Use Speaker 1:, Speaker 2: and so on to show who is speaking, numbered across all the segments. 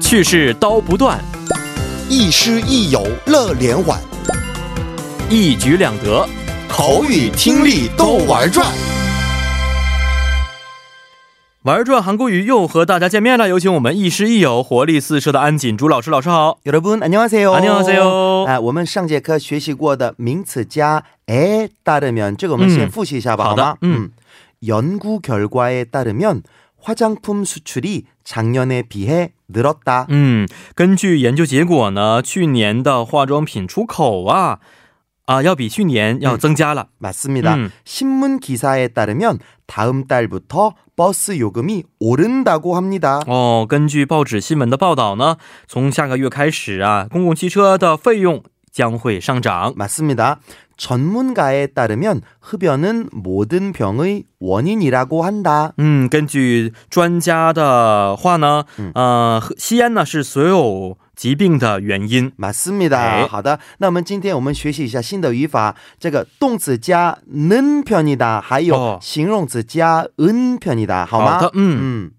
Speaker 1: 去世刀不断，
Speaker 2: 亦师亦友乐连环，
Speaker 1: 一举两得。
Speaker 2: 口语听力都玩转。
Speaker 1: 玩转韩国语又和大家见面了，有请我们亦师亦友、活力四射的安锦珠老师。老师好，
Speaker 2: 여러분 안녕하세요.
Speaker 1: 안녕하세요.
Speaker 2: 哎，我们上节课学习过的名词加에 따르면这个我们先复习一下吧，
Speaker 1: 好的，
Speaker 2: 吗？
Speaker 1: 嗯
Speaker 2: 연구결과에따르면 화장품 수출이 작년에 비해 늘었다.
Speaker 1: 嗯，根据研究结果呢，去年的化妆品出口啊啊，要比去年要增加了。
Speaker 2: 맞습니다.
Speaker 1: 음.
Speaker 2: 신문 기사에 따르면 다음 달부터 버스 요금이 오른다고 합니다.
Speaker 1: 哦，根据报纸新闻的报道呢，从下个月开始啊，公共汽车的费用将会上涨。
Speaker 2: 맞습니다. 전문가에 따르면 흡연은 모든 병의 원인이라고 한다.
Speaker 1: 嗯，根据专家的话呢，呃，喝吸烟呢是所有疾病的原因。
Speaker 2: 맞습니다.
Speaker 1: 哎。
Speaker 2: 好的，那我们今天我们学习一下新的语法。这个动词加는 편이다. 还有
Speaker 1: 哦。
Speaker 2: 形容词加은 편이다. 음. 好吗？
Speaker 1: 好的，嗯。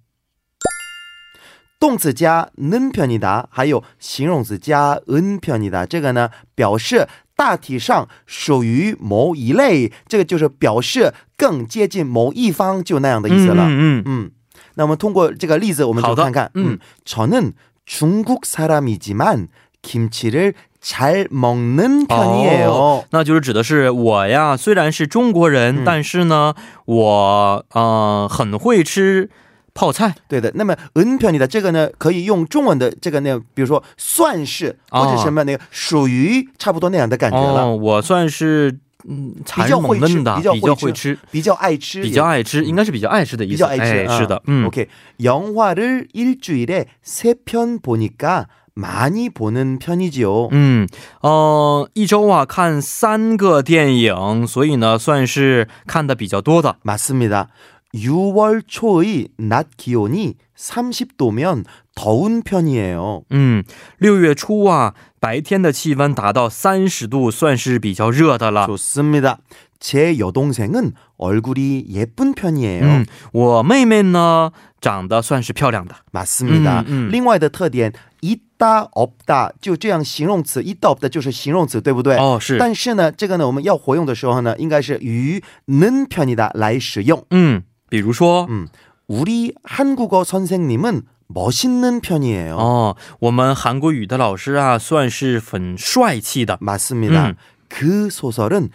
Speaker 2: 动词加는 편이다. 还有 形容词加은 편이다. 这个呢，表示大体上属于某一类，这个就是表示更接近某一方，就那样的意思了。
Speaker 1: 嗯嗯嗯，
Speaker 2: 음. 那我们通过这个例子，我们就看看。
Speaker 1: 好的，嗯。
Speaker 2: 음. 저는 중국 사람이지만 김치를 잘 먹는 편이에요.
Speaker 1: 那就是指的是我呀，虽然是中国
Speaker 2: 嗯
Speaker 1: 人，但是呢，我呃很会吃泡菜。
Speaker 2: 네, 对的，那么은편이다这个呢，可以用中文的这个那，比如说算是或者什么那个属于差不多那样的感觉了， 그러니까.
Speaker 1: 哦，我算是嗯
Speaker 2: 比
Speaker 1: 才
Speaker 2: 较
Speaker 1: 蒙
Speaker 2: 会
Speaker 1: 嫩
Speaker 2: 吃，
Speaker 1: 的，
Speaker 2: 比较
Speaker 1: 比较
Speaker 2: 会
Speaker 1: 会
Speaker 2: 吃
Speaker 1: 吃，，
Speaker 2: 比较爱吃，
Speaker 1: 比较爱吃，应该是比较爱吃的意思。
Speaker 2: 比较爱吃，
Speaker 1: 哎，
Speaker 2: 啊
Speaker 1: 是的，嗯。
Speaker 2: 아. 오케이. 영화를 일주일에 세 편 보니까 많이 보는 편이지요.
Speaker 1: 嗯，呃，一周啊看三个电影，所以呢算是看的比较多的。
Speaker 2: 맞습니다. 6월 초의 낮 기온이 30도면 더운 편이에요.
Speaker 1: 嗯，六月初啊，白天的气温达到三十度，算是比较热的了。
Speaker 2: 좋습니다. 제 여동생은 얼굴이 예쁜 편이에요.
Speaker 1: 嗯，我妹妹呢长得算是漂亮的。
Speaker 2: 맞습니다.
Speaker 1: 음, 음.
Speaker 2: 另外的特点 있다 없다 就这样形容词 있다 없다 就是形容词对不对？
Speaker 1: 哦，是，
Speaker 2: 哎但是呢这个呢我们要活用的时候呢应该是与는 편이다 来使用
Speaker 1: 嗯，比如说，
Speaker 2: 우리 한국어 선생님은 멋있는 편이에요.
Speaker 1: 哦，我们韩国语的老师啊，算是很帅气的。
Speaker 2: 맞습니다.
Speaker 1: 음.
Speaker 2: 그 소설은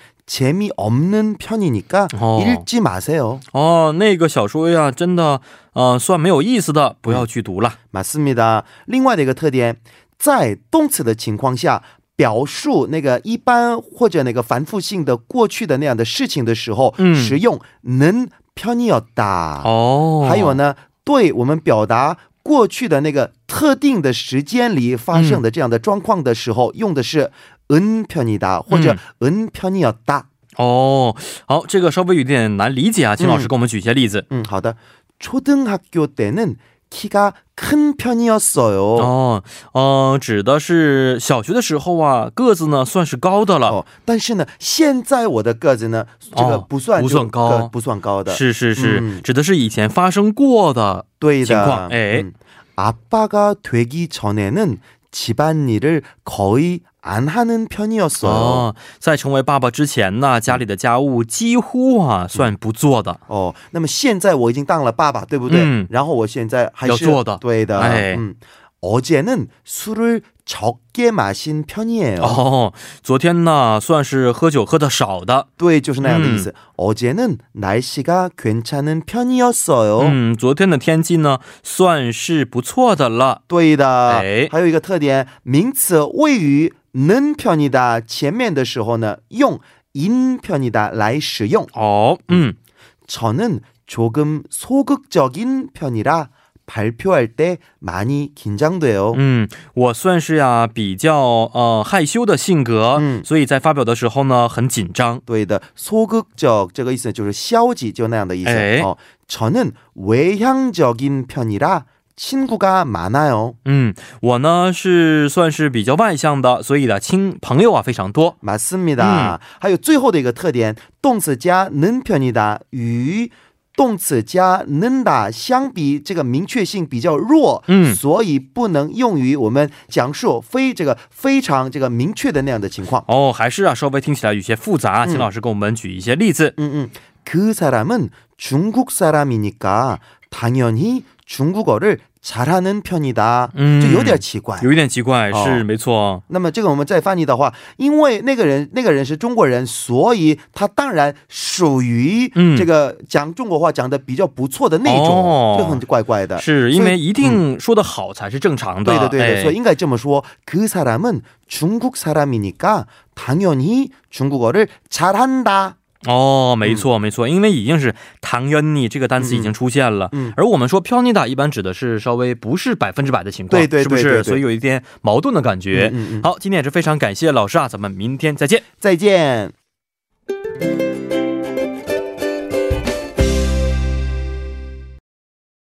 Speaker 2: 재미없는 편이니까
Speaker 1: 어.
Speaker 2: 읽지 마세요.
Speaker 1: 哦，那个小说呀，真的，呃，算没有意思的，不要去读了。
Speaker 2: 맞습니다. 另外的一个特点，在动词的情况下。表述那个一般或者那个反复性的过去的那样的事情的时候，
Speaker 1: 嗯
Speaker 2: 使用能편이었다。
Speaker 1: 哦，
Speaker 2: 嗯还有呢，对我们表达过去的那个特定的时间里发生的这样的状况的时候，用的是은편이다或者은편이었다。
Speaker 1: 哦，好，这个稍微有点难理解啊，请老师给我们举一些例子。
Speaker 2: 음, 好的。 초등학교 때는 키가 큰 편이었어요.
Speaker 1: 哦，呃，指的是小学的时候啊，个子呢算是高的了。
Speaker 2: 哦，但是呢，现在我的个子呢，这个
Speaker 1: 哦
Speaker 2: 不算、
Speaker 1: 不算高
Speaker 2: 这个不算高的，
Speaker 1: 是是是、
Speaker 2: 嗯
Speaker 1: 指的是以前发生过的。
Speaker 2: 对的。
Speaker 1: 情况，
Speaker 2: 예.
Speaker 1: 哎。
Speaker 2: 음. 아빠가 되기 전에는 집안일을 거의 안 하는 편이었어요.
Speaker 1: 哦，在成为爸爸之前呢，家里的家务几乎啊算不做的。
Speaker 2: 哦，那么现在我已经当了爸爸，对不对？
Speaker 1: 嗯
Speaker 2: 然后我现在还是
Speaker 1: 要做的
Speaker 2: 对的。
Speaker 1: 哎
Speaker 2: 嗯，어제는술을적게마신편이에요。
Speaker 1: 哦，昨天呢算是喝酒喝的少的。
Speaker 2: 对，就是那样的意思。어제는날씨가괜찮은편이었어요。
Speaker 1: 嗯，昨天的天气呢算是不错的了。
Speaker 2: 对的。
Speaker 1: 哎
Speaker 2: 还有一个特点，名词位于는편이다前面的时候呢，用인편이다来使用。
Speaker 1: 哦，嗯，
Speaker 2: 저는조금소극적인편이라발표할때많이긴장돼요。
Speaker 1: 嗯，我算是呀、比较呃害羞的性格，
Speaker 2: 嗯
Speaker 1: 所以在发表的时候呢很紧张。
Speaker 2: 对的，소극적这个意思就是消极，就那样的意思。
Speaker 1: 哎
Speaker 2: 哦， 어, 저는외향적인편이라친구가많아요。
Speaker 1: 嗯，我呢是算是比较外向的，所以呢亲朋友啊非常多。
Speaker 2: 맞습니다。还有最后的一个特点，动词加는편이다与 动词加 는다 相比这个明确性比较弱，
Speaker 1: 嗯
Speaker 2: 所以不能用于我们讲述非这个非常这个明确的那样的情况。
Speaker 1: 哦，还是啊，稍微听起来有些复杂，请老师给我们举一些例子。
Speaker 2: 嗯嗯，그사람은중국사람이니까당연히중국어를잘하는편이다，
Speaker 1: 嗯
Speaker 2: 就有点奇怪。
Speaker 1: 有一点奇怪，
Speaker 2: 哦
Speaker 1: 是没错。
Speaker 2: 那么这个我们再翻译的话，因为那个人那个人是中国人，所以他当然属于
Speaker 1: 嗯
Speaker 2: 这个讲中国话讲的比较不错的那种，
Speaker 1: 哦
Speaker 2: 这很怪怪的。
Speaker 1: 是因为一定说的好才是正常的，
Speaker 2: 嗯对的，对的，
Speaker 1: 哎
Speaker 2: 所以应该这么说：그사람은중국사람이니까당연히중국어를잘한다。
Speaker 1: 哦，
Speaker 2: 嗯
Speaker 1: 没错、没错，因为已经是唐元尼这个单词已经出现了，
Speaker 2: 嗯嗯
Speaker 1: 而我们说飘尼达一般指的是稍微不是百分之百的情况，
Speaker 2: 对对对
Speaker 1: 是不
Speaker 2: 对
Speaker 1: 是？
Speaker 2: 对
Speaker 1: 所以有一点矛盾的感觉。
Speaker 2: 嗯嗯嗯
Speaker 1: 好，今天也是非常感谢老师啊，咱们明天再见。
Speaker 2: 再见。